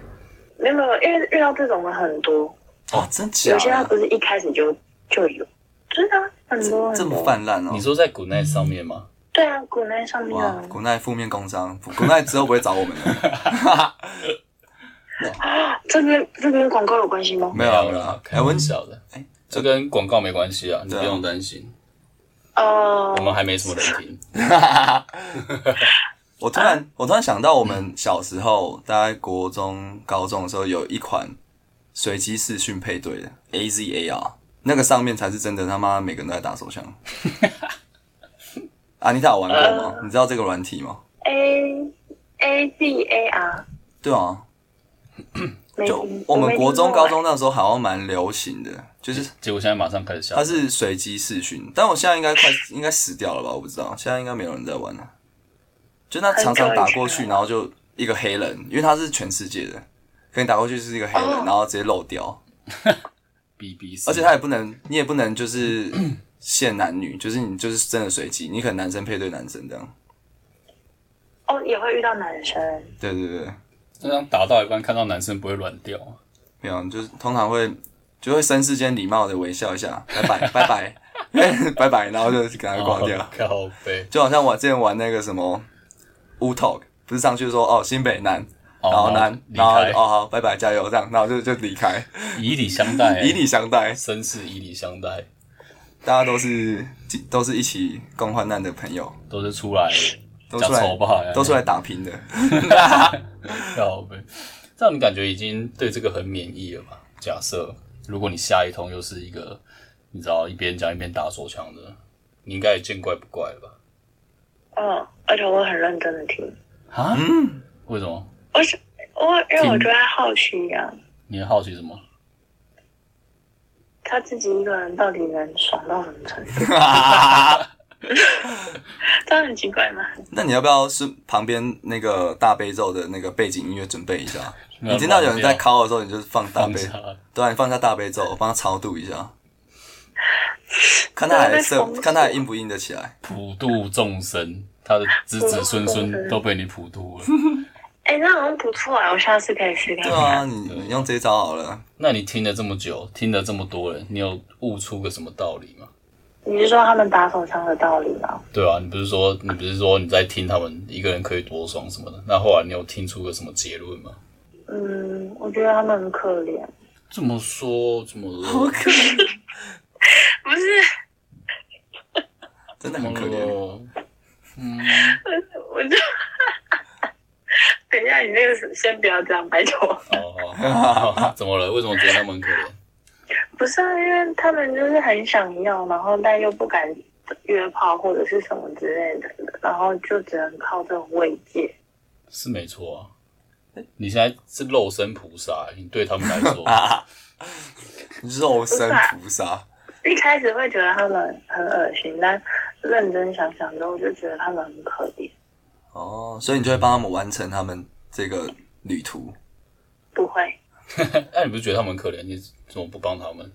没有没有，因为遇到这种的很多，
哦，真假
有些他
的？
不是一开始就就有，真的啊很多
这
很
么
多。
泛滥哦、
你说在古奈上面吗？
对啊，国内上面
哇
啊，，
古奈负面工伤，古奈之后不会找我们 的。
这跟这跟广告有关系吗？
没有啊没有
啦
啊，
开玩笑的。
哎
这跟广告没关系啊，你不
对啊
用担心，
哦、
我们还没什么人听。
我突然，我突然想到，我们小时候，大概国中、高中的时候，有一款随机视讯配对的 A Z A R，那个上面才是真的他妈每个人都在打手枪。啊，你打有玩过吗？你知道这个软体吗？
A A D A R，
对啊，
没
就
听
我们
没
国
听
中、
过欸
高中那时候好像蛮流行的，就是
结果现在马上开始笑
它。是随机视讯，但我现在应该快应该死掉了吧？我不知道，现在应该没有人在玩了。就那常常打过去，
很久以前了
然后就一个黑人，因为他是全世界的，可你打过去是一个黑人，
哦
然后直接漏掉，
B B
而且他也不能，你也不能就是 限男女，就是你就是真的随机，你可能男生配对男生这样。
哦，也会遇到男生，
对对对，
那样打到一半看到男生不会软掉啊，
没有，就是通常会就会绅士间礼貌的微笑一下，拜拜拜拜 拜拜，然后就给他挂掉。
靠背。
就好像我之前玩那个什么 U Talk，不是上去说哦新北南，
哦
然后男，
离
然后
开
哦好，拜拜，加油这样，然后就就离开，
以礼相待、
以礼相待，
绅士以礼相待，
大家都是都是一起共患难的朋友，
都是出来
都
讲
出来
丑吧，哎
都出来打 拼的。
要呗。这样你感觉已经对这个很免疫了吧？假设如果你下一通又是一个，你知道一边讲一边打手枪的，你应该也见怪不怪了吧？
嗯，而且我很认真的听，
啊？
嗯
为什么？
我是我，因为我
听
觉得他好奇啊呀、
你很好奇什么？
他自己一个人到底能爽到什么程度？ 这样很奇怪吗？
那你要不要是旁边那个大悲咒的那个背景音乐准备一下？你听到有人在敲的时候，你就放大
放
悲，
下
对啊，你放下大悲咒，我帮他超度一 下，看他还射，看他还硬不硬得起来。
普度众生，他的子子孙孙都被你普度了。
哎、那好像不错啊，我下次可以试看
对
看。
啊，你你用这一招好了。
那你听了这么久，听了这么多人，你有悟出个什么道理吗？
你是说他们打手枪的道理吗？
对啊，你不是说你不是说你在听他们一个人可以多爽什么的？那后来你有听出个什么结论吗？
嗯，我觉得他们很可怜。
这么说，怎么了？
不是，
真的
怎么
很可怜，
了？
我就 等一下，你那个是先不要这样，拜托。
哦，好好怎么了？为什么觉得他们很可怜？
不是啊，因为他们就是很想要，然后但又不敢约炮或者是什么之类的，然后就只能靠这种慰藉。
是没错啊。你现在是肉身菩萨，你对他们来说，
哦 肉身菩萨，
一开始会觉得他们很恶心，但认真想想之后，就觉得他们很可怜。
哦，所以你就会帮他们完成他们这个旅途。
不会，
那你不是觉得他们很可怜？你怎么不帮他们？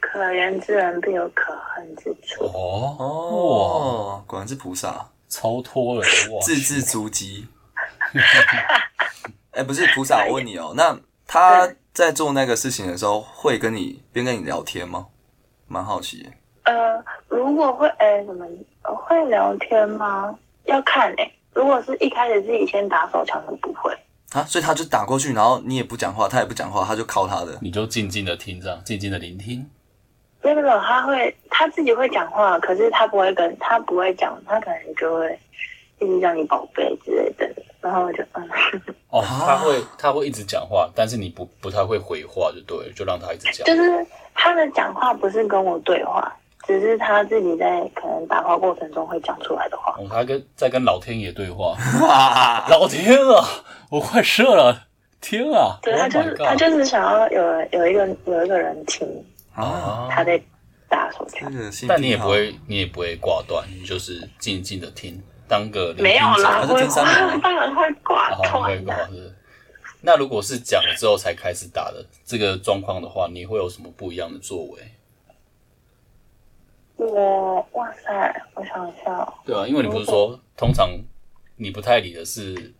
可怜之人必有可恨之处。
哦，
哦，果然是菩萨，
超脱了哇！
字字珠 玑。哎、不是菩萨，我问你哦，那他在做那个事情的时候，会跟你边跟你聊天吗？蛮好奇耶。
呃，如果会，哎，怎么呃会聊天吗？要看哎、如果是一开始自己先打手枪的，不会。
啊，所以他就打过去，然后你也不讲话，他也不讲话，他就靠他 的。
你就静静的听，这样静静的聆听。
没有没有，他会他自己会讲话，可是他不会跟他不会讲，他可能就会一直叫你宝贝之类的，然后我就 嗯，
哦，
啊
他会他会一直讲话，但是你不不太会回话，就对了，就让他一直讲。
就是他的讲话不是跟我对话，只是他自己在可能打话过程中会讲出来的话。
哦，他跟在跟老天爷对话， 老天啊，我快射了，天啊
对他
，Oh
就
my
是他
god！
就是想要有有一个有一个人听
啊，
啊
他在打手
这
枪，
嗯
个性
但你也
癖
不
好，
会，你也不会挂断，你就是静静的听，当个聆听
没有啦，
者
他是
我
真三毛啊
我 当然会挂
啊，你会
断的
挂。是不是。那如果是讲了之后才开始打的这个状况的话，你会有什么不一样的作为？
我哇塞，我想一下哦，
对啊，因为你不是说通常你不太理的是，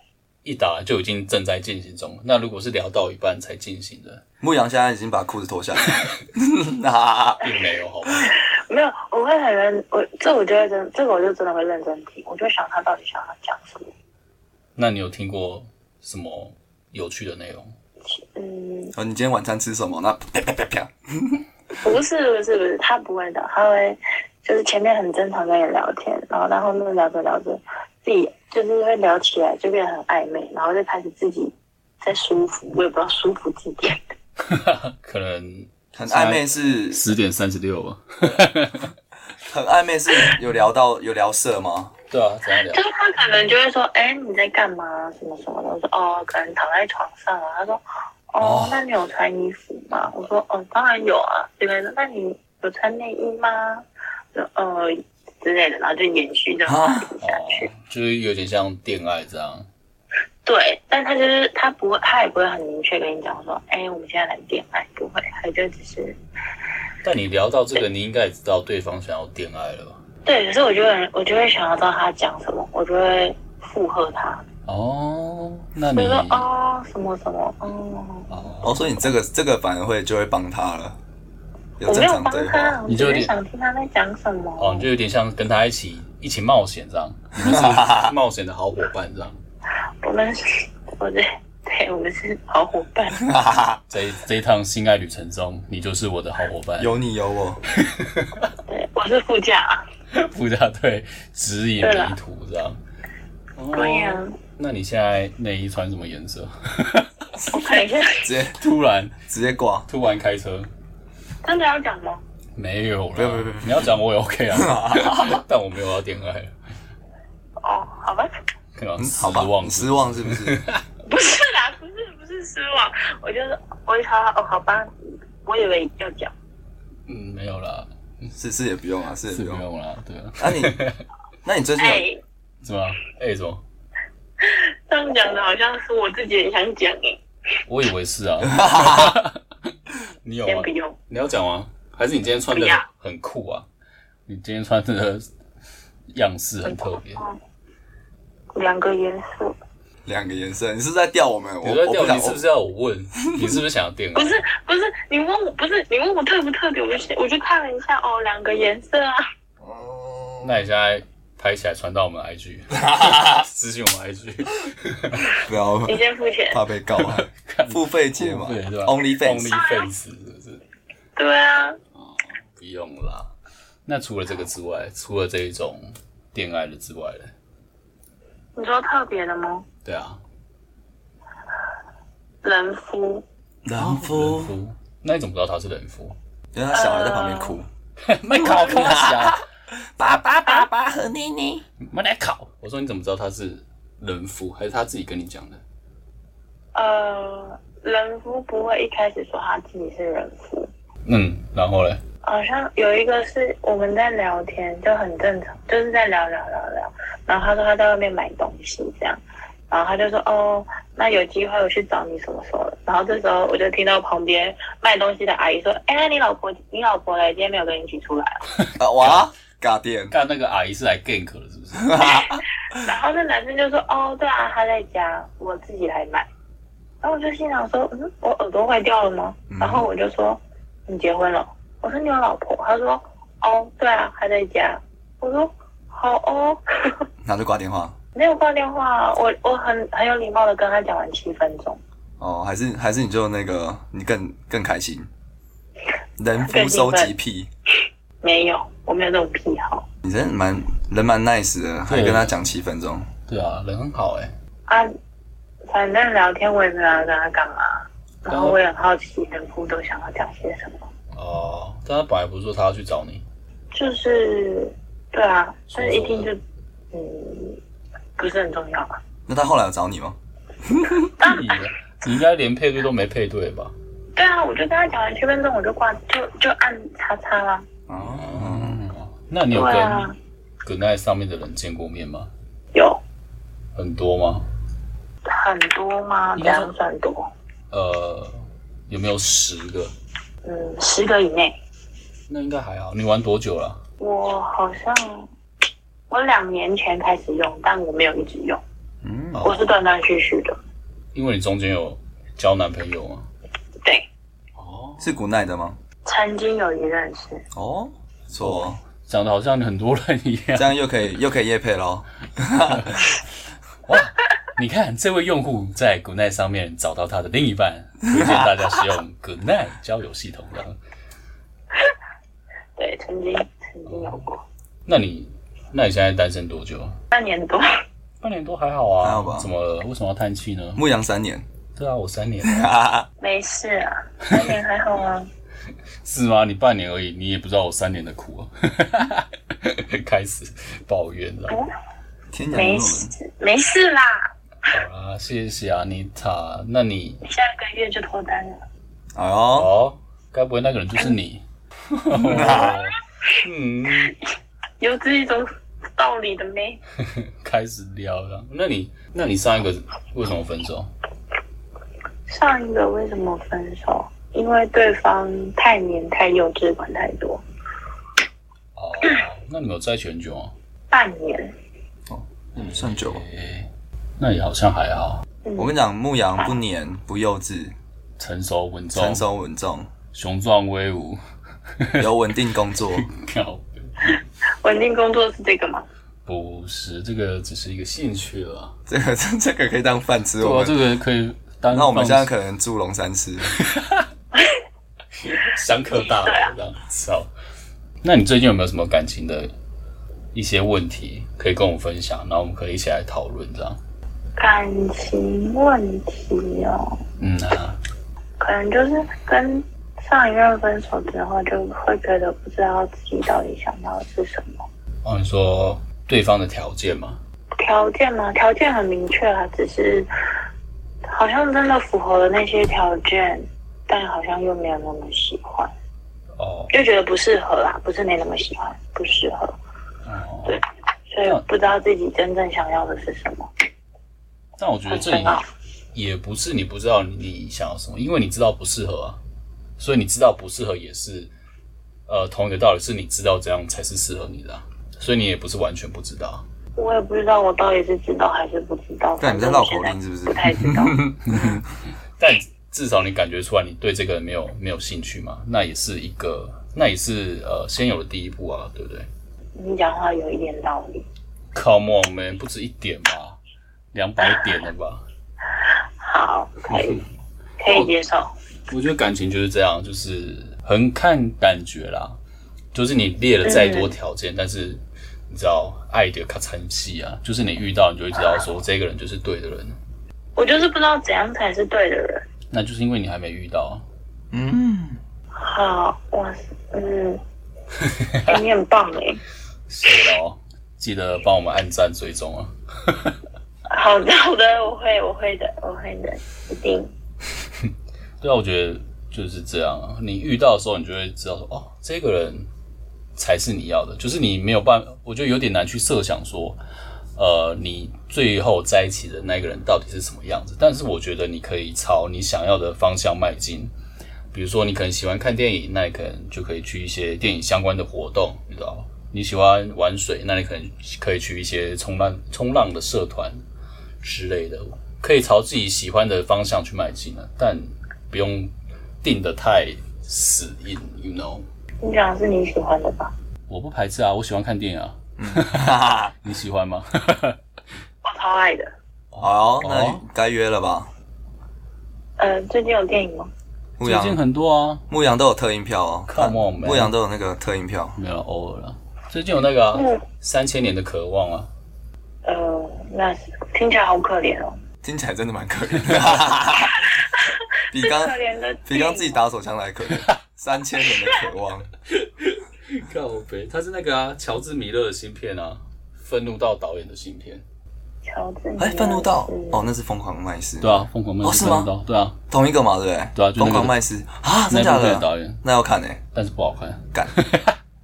一打就已经正在进行中。那如果是聊到一半才进行的，
牧羊现在已经把裤子脱下 来了。啊，
并没有好吗？
没有，我会很认我这，我觉得真这个我就真的会认真听，我就想他到底想要讲什么。
那你有听过什么有趣的内容？
嗯，
哦，你今天晚餐吃什么？那啪啪啪啪，
不是不是不是，他不会的，他会就是前面很正常跟你聊天，然后到后面聊着聊着，自己就是会聊起来就变得很暧昧，然后就开始自己在舒服，我也不知道舒服几点。
可能
很暧昧是
十点三十六吧。
很暧昧是有聊到有聊色吗？
对啊，怎样聊
就？是他可能就会说，哎、你在干嘛？什么什么的。我说，哦，可能躺在床上啊。他说，哦
哦，
那你有穿衣服吗？我说，哦，当然有啊。之类的。那你有穿内衣吗？就呃之类的，然后就延续这样下
哦
去。，
就是有点像恋爱这样。
对，但他就是他不会，他也不会很明确跟你讲说，哎、我们现在来恋爱，不会，他就只是
但你聊到这个，你应该也知道对方想要恋爱了吧？
对。可是我就会，我就会想要知道他讲什么，我就会附和他，
哦，那
就
你
是说，哦，什么什么，嗯。
哦，
哦，所以你这个这个反而会就会帮他了，有
我
正
没有
常
帮
对
他，
话。
我
你就有
只
点
是想听他在讲什么。
哦，你就有点像跟他一起一起冒险这样，你们是冒险的好伙伴这样。
我们是，我对对，配，我们是好伙 伴。
在这一趟性爱旅程中，你就是我的好伙伴。
有你有我，
对，我是副驾、啊。
副驾对，指引
对啦
迷途这样。
哦
哦
对啊呀、
那你现在内衣穿什么颜色？
我看一下，
直接
突然
直接挂。
突然开车，
真的要讲吗？
没有了。
不要不要不要
你要讲我也 OK 啊，但我没有要恋爱了。
哦，好吧，
看到
嗯，
失
好吧，
望
你
是
失望是不是？
不是啦，不是不是失望，我就是我好哦，好吧，我以为要讲，
嗯没有啦，
是是也不用啊，是也
是
不
不
用。
用啦，对啊，
那你，那你最近
哎、
有
是吗？哎、怎么？
这样讲的好像是我自己也想讲哎、
我以为 是啊。你有
先
吗
不？用，
你要讲吗？还是你今天穿的
不要
很酷啊？你今天穿的样式很特别。
两个元素，
两个颜色？你是在吊我们？我
你在
我不
钓，
想
你是不是要我问？ 你是不是想要电
不
爱？
是不是，你问我不是你问我特不特别，我就我就看了一下哦，两个颜色啊，
哦
那你现在拍起来传到我们 IG，私信我们 IG，
不要
你先付钱，
怕被告啊，付费节嘛
对对吧
Only
Only
Fans，
Face 是不是？
对啊，
不用啦。那除了这个之外，除了这一种恋爱的之外呢？
你说特别的吗？
对啊，
人夫，
人
人
夫，
夫，那你怎么知道他是人夫？
因为他小孩在旁边哭，
没考不 下，
爸爸爸爸和妮妮，
没来考。我说你怎么知道他是人夫，还是他自己跟你讲的？
呃，人夫不会一开始说他自己是人夫，
嗯，然后嘞，
好像有一个是我们在聊天，就很正常，就是在聊聊聊聊。然后他说他在外面买东西这样，然后他就说哦，那有机会我去找你什么时候？然后这时候我就听到旁边卖东西的阿姨说，哎，那你老婆你老婆嘞，今天没有跟你一起出来哦。
啊哇，嘎电，
干那个阿姨是来 gank 的，是不是？
然后那男生就说哦，对啊，他在家，我自己来买。然后我就心想说，嗯，我耳朵坏掉了吗？然后我就说你结婚了？我说你有老婆？他说哦，对啊，还在家。我说好哦。
然后就挂电话。
没有挂电话，啊我我很很有礼貌的跟他讲完七分钟，
哦，还是还是你就那个，你更更开心，人夫
更兴
收
奋
集癖，
没有，我没有这种癖好
你真的蛮人蛮 nice 的，还
对
跟他讲七分钟，
对啊，人很好哎、
啊。反正聊天我也没有要跟他干嘛，然后我也很好奇人夫都想要讲些什么，
哦，但他本来不是说他要去找你，
就是对啊，但是一听就嗯不是很重要吧。
那他后来有找你吗？
你的你应该连配对都没配对吧？
对啊，我就跟他讲完七分钟，我就挂就就按叉叉啦。
哦，
那你有
对
跟
啊，
Good Night 上面的人见过面吗？
有
很多吗？
很多吗？怎样算多？
呃，有没有十个？
嗯，十个以内。
那应该还好。你玩多久了？
我好像我两年前开始用，但我没有一直用，
嗯，
我是断断续续的。
因为你中间有交男朋友吗？
对，
哦，
是古奈的吗？
曾经有一任是，
哦，不错哦，
讲的好像很多人一样
这。样又可以又可以夜配喽。
哇，你看这位用户在 Good Night 上面找到他的另一半，推荐大家使用 Good Night 交友系统的。
对，曾经曾经有过
那你，那你现在单身多久？
半年多，
半年多还好啊，
还好吧
怎么了？为什么要叹气呢？
牧羊三年，
对啊，我三年了
没事啊，半年还好啊。
是吗？你半年而已，你也不知道我三年的苦啊！ 开始抱怨了。
天涯
没
沦落人，
事，啊 没事啦。
好啦，啊谢谢阿妮塔。那你
下个月就脱单了，
哎呦，
哦，该不会那个人就是 你？哦嗯，
有这一种道理的没？
开始聊了。那你，那你上一个为什么分手？
上一个为什么分手？因为对方太黏、太幼稚、管太多。
哦，那你们有在一起很久啊吗？
半年，
嗯算久。
诶，那也好像还好，
我跟你讲，牧羊不粘不幼稚，
成熟稳重，
成熟稳重，
雄壮威武，
有稳定工作，
靠北
稳定工作是这个吗？
不是，这个只是一个兴趣了。
这个这个可以当饭吃。
对
我
啊，
们
这个可以单
那我们
放
现在可能住龙 山寺，
相克大楼这样，操！那你最近有没有什么感情的一些问题可以跟我们分享？然后我们可以一起来讨论这样。
感情问题哦，
嗯啊，
可能就是跟上一任分手之后，就会觉得不知道自己到底想要的是什么
哦，你说对方的条件嘛？
条件嘛，条件很明确啊，只是好像真的符合了那些条件，但好像又没有那么喜欢，
哦
就觉得不适合啊啦，不是没那么喜欢，不适合，
哦，
对，所以不知道自己真正想要的是什么，
但我觉得
很
这
深奥。
也也不是你不知道你想要什么，因为你知道不适合啊，所以你知道不适合也是呃同一个道理，是你知道这样才是适合你的啊、所以你也不是完全不知道啊。
我也不知道我到底是知道还是不知道。
干你在绕口令是不是
不太知 道。
但至少你感觉出来你对这个人没有没有兴趣嘛，那也是一个，那也是呃先有的第一步啊，对不对
你讲话有一点道理。
？Come on man，不止一点吧，两百点了吧？
好，可以，可以接受。
我觉得感情就是这样，就是很看感觉啦，就是你列了再多条件，但是你知道爱的咔嚓戏啊，就是你遇到你就会知道说这个人就是对的人，
我就是不知道怎样才是对的人。
那就是因为你还没遇到啊。
嗯，
好，哇塞， 嗯，哎你很棒哎。
所以哦，记得帮我们按赞追踪啊。
好的，好的，我会，我会的，我会的，一定。
对啊，我觉得就是这样啊。你遇到的时候，你就会知道说，哦，这个人才是你要的。就是你没有办法，我觉得有点难去设想说，呃，你最后在一起的那个人到底是什么样子。但是我觉得你可以朝你想要的方向迈进。比如说，你可能喜欢看电影，那你可能就可以去一些电影相关的活动，你知道吗你喜欢玩水，那你可能可以去一些冲浪冲浪的社团之类的，可以朝自己喜欢的方向去迈进啊。但不用定的太死硬，you know。
你讲的是你喜欢的吧？
我不排斥啊，我喜欢看电影啊，
哈哈，
你喜 欢吗？
我超爱的。
好，那
哦
该约了吧？
呃，最近有电影吗？
牧
最近
羊，
很多啊，
牧羊都有特映票哦，看
Come on, man
牧羊都有那个特映票，
没有偶尔啦。最近有那个啊
嗯
三千年的渴望》啊，
呃，那是听起来好可怜哦。
听起来真的蛮 可怜的，比
最
刚
可怜的电
呃比
影
刚自己打手枪还可怜，三千年的 渴望，
告别，它是那个啊，乔治·米勒的新片啊，愤怒到导演的新片，
乔治米勒
哎，愤怒到
是
哦，那是疯狂麦斯，
嗯对啊，疯狂麦
哦
斯
是
愤
吗
怒到，对啊，
同一个嘛，对不对？
对啊就那个
疯狂麦斯啊，
那
真假
部片的
的？
导演，
那要看呢，欸
但是不好看，
干，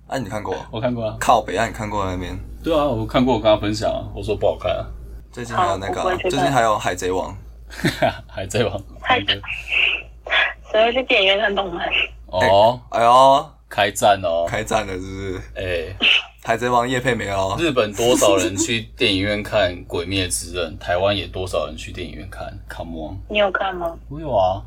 哎，你看过？
我看过啊，
靠北岸你看过那边？
对啊，我看过，我跟他分享啊，我说不好看啊，
最近还有那个
好我
啊，
回去
最
看
近还有海贼王，
还在吗？
还在谁会去电影院看动漫？
哦，
哎呦，
开战哦，
开战了是不是？
哎、
海贼王叶配没有？
日本多少人去电影院看《鬼灭之刃》， 台湾也多少人去电影院看《Come on》？
你有看
嗯
吗？
我有啊，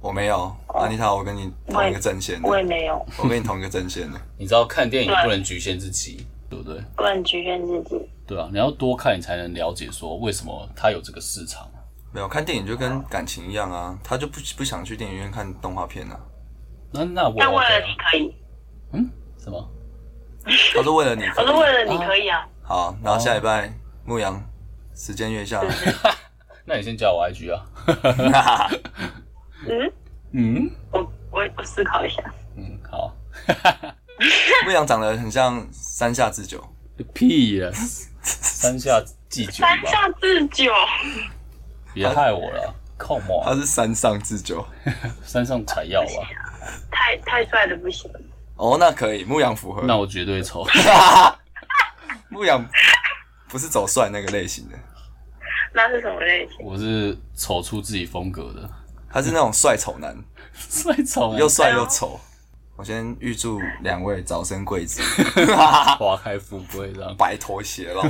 我没有，安妮塔，我跟你同一个阵线的，
哦我也没有，
我跟你同一个阵线的。
你知道看电影不能局限自己，对不对？
不能局限自己。
对啊，你要多看，你才能了解说为什么它有这个市场。
没有看电影就跟感情一样啊，他就不不想去电影院看动画片啊，
那那我也
但
OK
为了
啊
你，可以，
什么？
他是为了你。
我是为了你可以啊。
好，然后下礼拜牧羊时间约一下，
那你先加我 IG 啊。
嗯，
嗯
我我我思考一下。
嗯，好。
牧羊长得很像山下智久，
屁呀！ 三下祭酒
三
吧，
下智久，
别害我了。Come
他
on，
是山上智久。
山上采药啊吧，
太太帅的不行。
哦，那可以，牧羊符合。
那我绝对抽。
牧羊不是走帅那个类型的，
那是什么类型？
我是丑出自己风格 的，
他是那种帅丑男，
帅丑
又帅又丑。我先预祝两位早生贵子，
花开富贵这样。
白头偕老，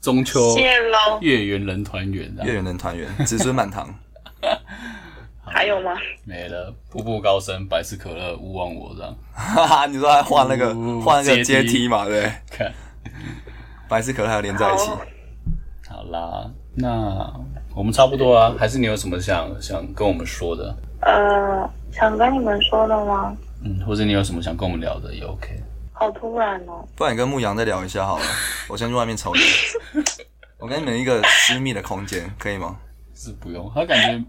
中
哦
秋
谢喽，
月圆人团圆这
月
样
圆人团圆， 子孙满堂。
还有吗？
没了，步步高升，百事可乐，勿忘我这样。
哈哈，你说还换那个
哦
换那个
阶
阶
梯
梯嘛？对，
看，
百事可乐还有连在一起。
好
好啦，那我们差不多
哎
啊，还是你有什么想想跟我们说的？
呃，想跟你们说的吗？
嗯，或者你有什么想跟我们聊的也 OK。
好突然哦！
不然你跟牧羊再聊一下好了，我先去外面 抽烟。我给你们一个私密的空间，可以吗？
是不用，他感觉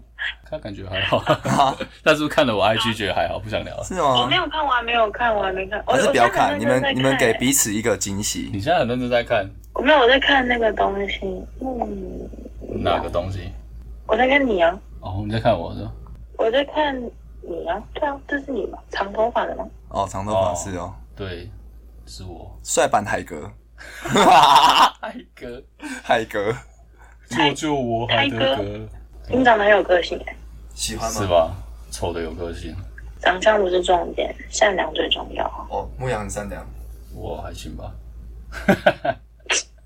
他感觉还好， 他是不是看了我 IG 觉得还好，不想聊了？
啊是
我
吗
哦没？有看完，没有看完，没看。我
啊还是不要
我现在
看，
很
你
认
们
真在
你们
看
给
欸
彼此一个惊喜。
你现在很认真在看
我没有，我在看那个东西。嗯，
哪个东西？
我在看你啊，
哦，你在看我是吧？
我在看你啊，对啊，这是你吗？长头发的吗？
哦，长头发
哦
是哦，
对，是我。
帅版海 格，
海哥，
海格
救救我，海
海
德
哥
格，
你长得很有个性哎、
喜欢
是？吧？丑的有个性，
长相不是重点，善良最重要。啊
哦，牧羊很善良，
我还行 吧。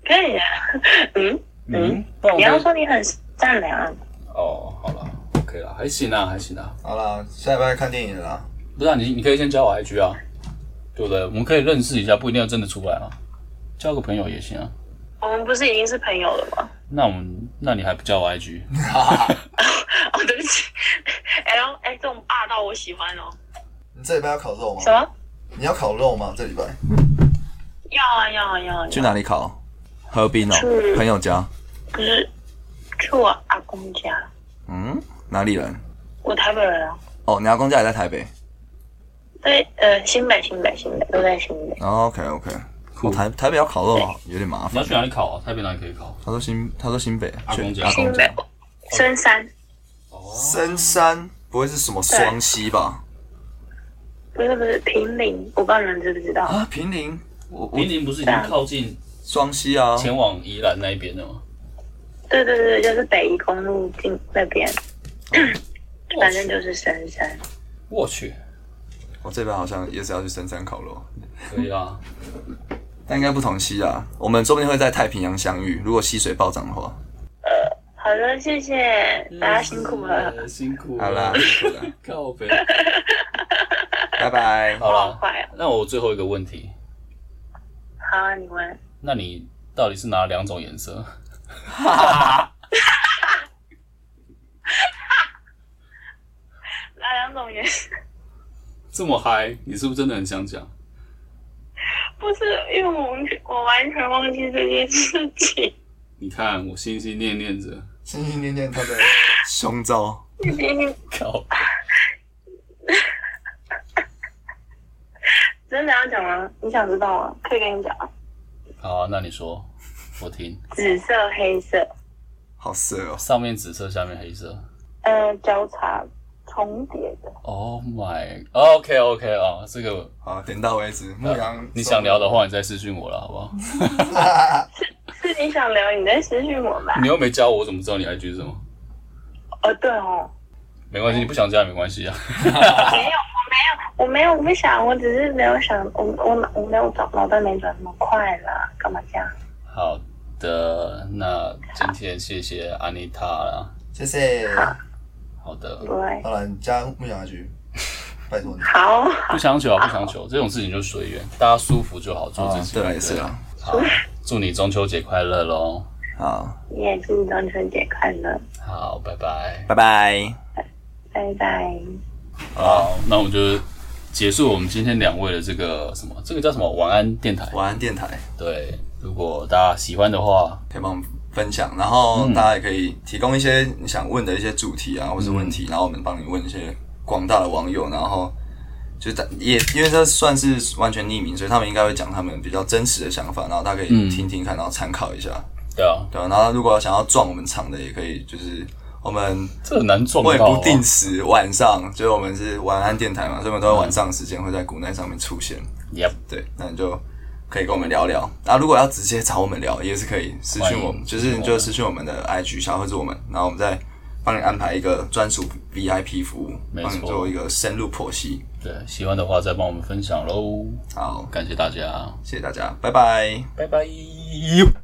可以啊，嗯，
嗯，不然
你要
我就
说你很善良，啊
哦，好了，OK 了，还行啊，还行啊。
好啦，下礼拜看电影了啦。
不是、啊、你，你可以先加我 IG 啊，对不对？我们可以认识一下，不一定要真的出来啊，交个朋友也行啊。
我们不是已经是朋友了吗？
那我们，那你还不加我 IG？
哦，对不起， 哎呦，哎，这种霸道我喜欢哦。
你这礼拜要烤肉吗
什么？
你要烤肉吗？这礼拜
要啊要啊要啊！
去
要啊
哪里烤？河滨哦
去，
朋友家。
不是去我阿公家，
嗯，哪里人？
我台北人啊。
哦，你阿公家也在台北。
对，呃，新北新北新北都在新北。
哦 OK OK，
酷
我台台北要烤肉啊有点麻
你要
烦。
去哪里考啊？台北哪里可以考？
他说新，他说新北，啊
阿公
去
家
阿公
哦新北
家。
深山
哦，
深山不会是什么双溪吧？
不是不是平林，我不知道你们知不知道。
啊，平林，我我
平林不是已经靠近
双溪啊，
前往宜兰那一边了吗？
对对对，就是北宜公路进那边，
哦
反正就是深山。
我去，
我这边好像也是要去深山烤肉，
可以啊，
但应该不同溪啊。我们说不定会在太平洋相遇，如果溪水暴涨的话。
好的，谢谢 大家辛苦了，
嗯，辛苦了
好啦，辛苦了，
靠北。
拜拜。
好
好
啦，
快哦。
那我最后一个问题，
好啊，你们
那你到底是哪两种颜色？
哪两种颜色？
这么嗨，你是不是真的很想讲？
不是，因为我我完全忘记这件事情，
你看我心心念念着，
心心念念他的胸罩，
已经
靠北，
真的要讲吗？你想知道吗？可以跟你讲啊，
好啊、那你说，我听。
紫色、黑色，
好色哦。
上面紫色，下面黑色。
呃，交叉重叠的。
Oh my，OK OK 啊、这个
好，点到为止。牧羊，
你想聊的话，你再私信我了，好不好？
是你想聊，你在私讯我吧
你。又没加我，我怎么知道你 IG 是什么？嗯
哦，对哦，
没关系，你不想加也没关系啊。
没有，我没有，我没有，我想，我只是没有想，我我我没有脑脑袋没转那么快啦，干嘛这样？
好的，那今天谢谢安妮塔啦。
谢谢。
好的，
对，
好了，你加牧羊一句，拜托你。
好，
不强求啊，不强求，这种事情就随缘，大家舒服就好，做自
啊，
己。
对了，也是啊。
好，祝你中秋节快乐喽！
好，
你也祝你中秋节快乐，
好，拜拜。
拜拜。
拜拜。
好，那我们就结束我们今天两位的这个什么，这个叫什么晚安电台。
晚安电台，
对，如果大家喜欢的话，
可以帮我们分享，然后
嗯
大家也可以提供一些你想问的一些主题啊，或是问题，然后我们帮你问一些广大的网友，然后就大也因为这算是完全匿名，所以他们应该会讲他们比较真实的想法，然后大家可
嗯
以听听看，然后参考一下，
对啊，
对啊、然后如果想要撞我们场的，也可以就是。我们
这很难撞
会
到、啊。
不定时晚上，就是我们是晚安电台嘛，所以我们都会晚上时间会在谷奈上面出现。
Yep，
对，那你就可以跟我们聊聊。然后如果要直接找我们聊，也是可以私
欢
讯
迎
我们，就是你就私讯我们的 IG 小盒子我们，然后我们再帮你安排一个专属 VIP 服务，
没
帮你
错
做一个深入剖析。
对，喜欢的话再帮我们分享喽，
好，
感谢大家，
谢谢大家，拜拜。
拜拜。